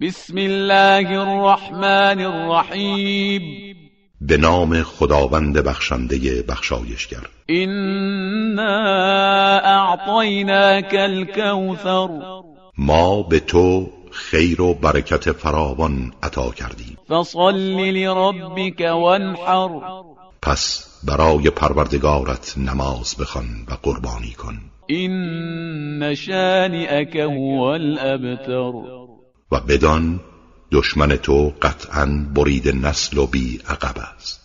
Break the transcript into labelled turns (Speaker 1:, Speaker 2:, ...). Speaker 1: بسم الله الرحمن الرحیم
Speaker 2: به نام خداوند بخشنده بخشایشگر
Speaker 1: إنا أعطيناك الكوثر
Speaker 2: ما به تو خیر و برکت فراوان عطا کردیم
Speaker 1: فصل لربك وانحر
Speaker 2: پس برای پروردگارت نماز بخوان و قربانی کن
Speaker 1: إن شانئك هو الأبتر
Speaker 2: و بدان دشمن تو قطعا برید نسل و بی عقب است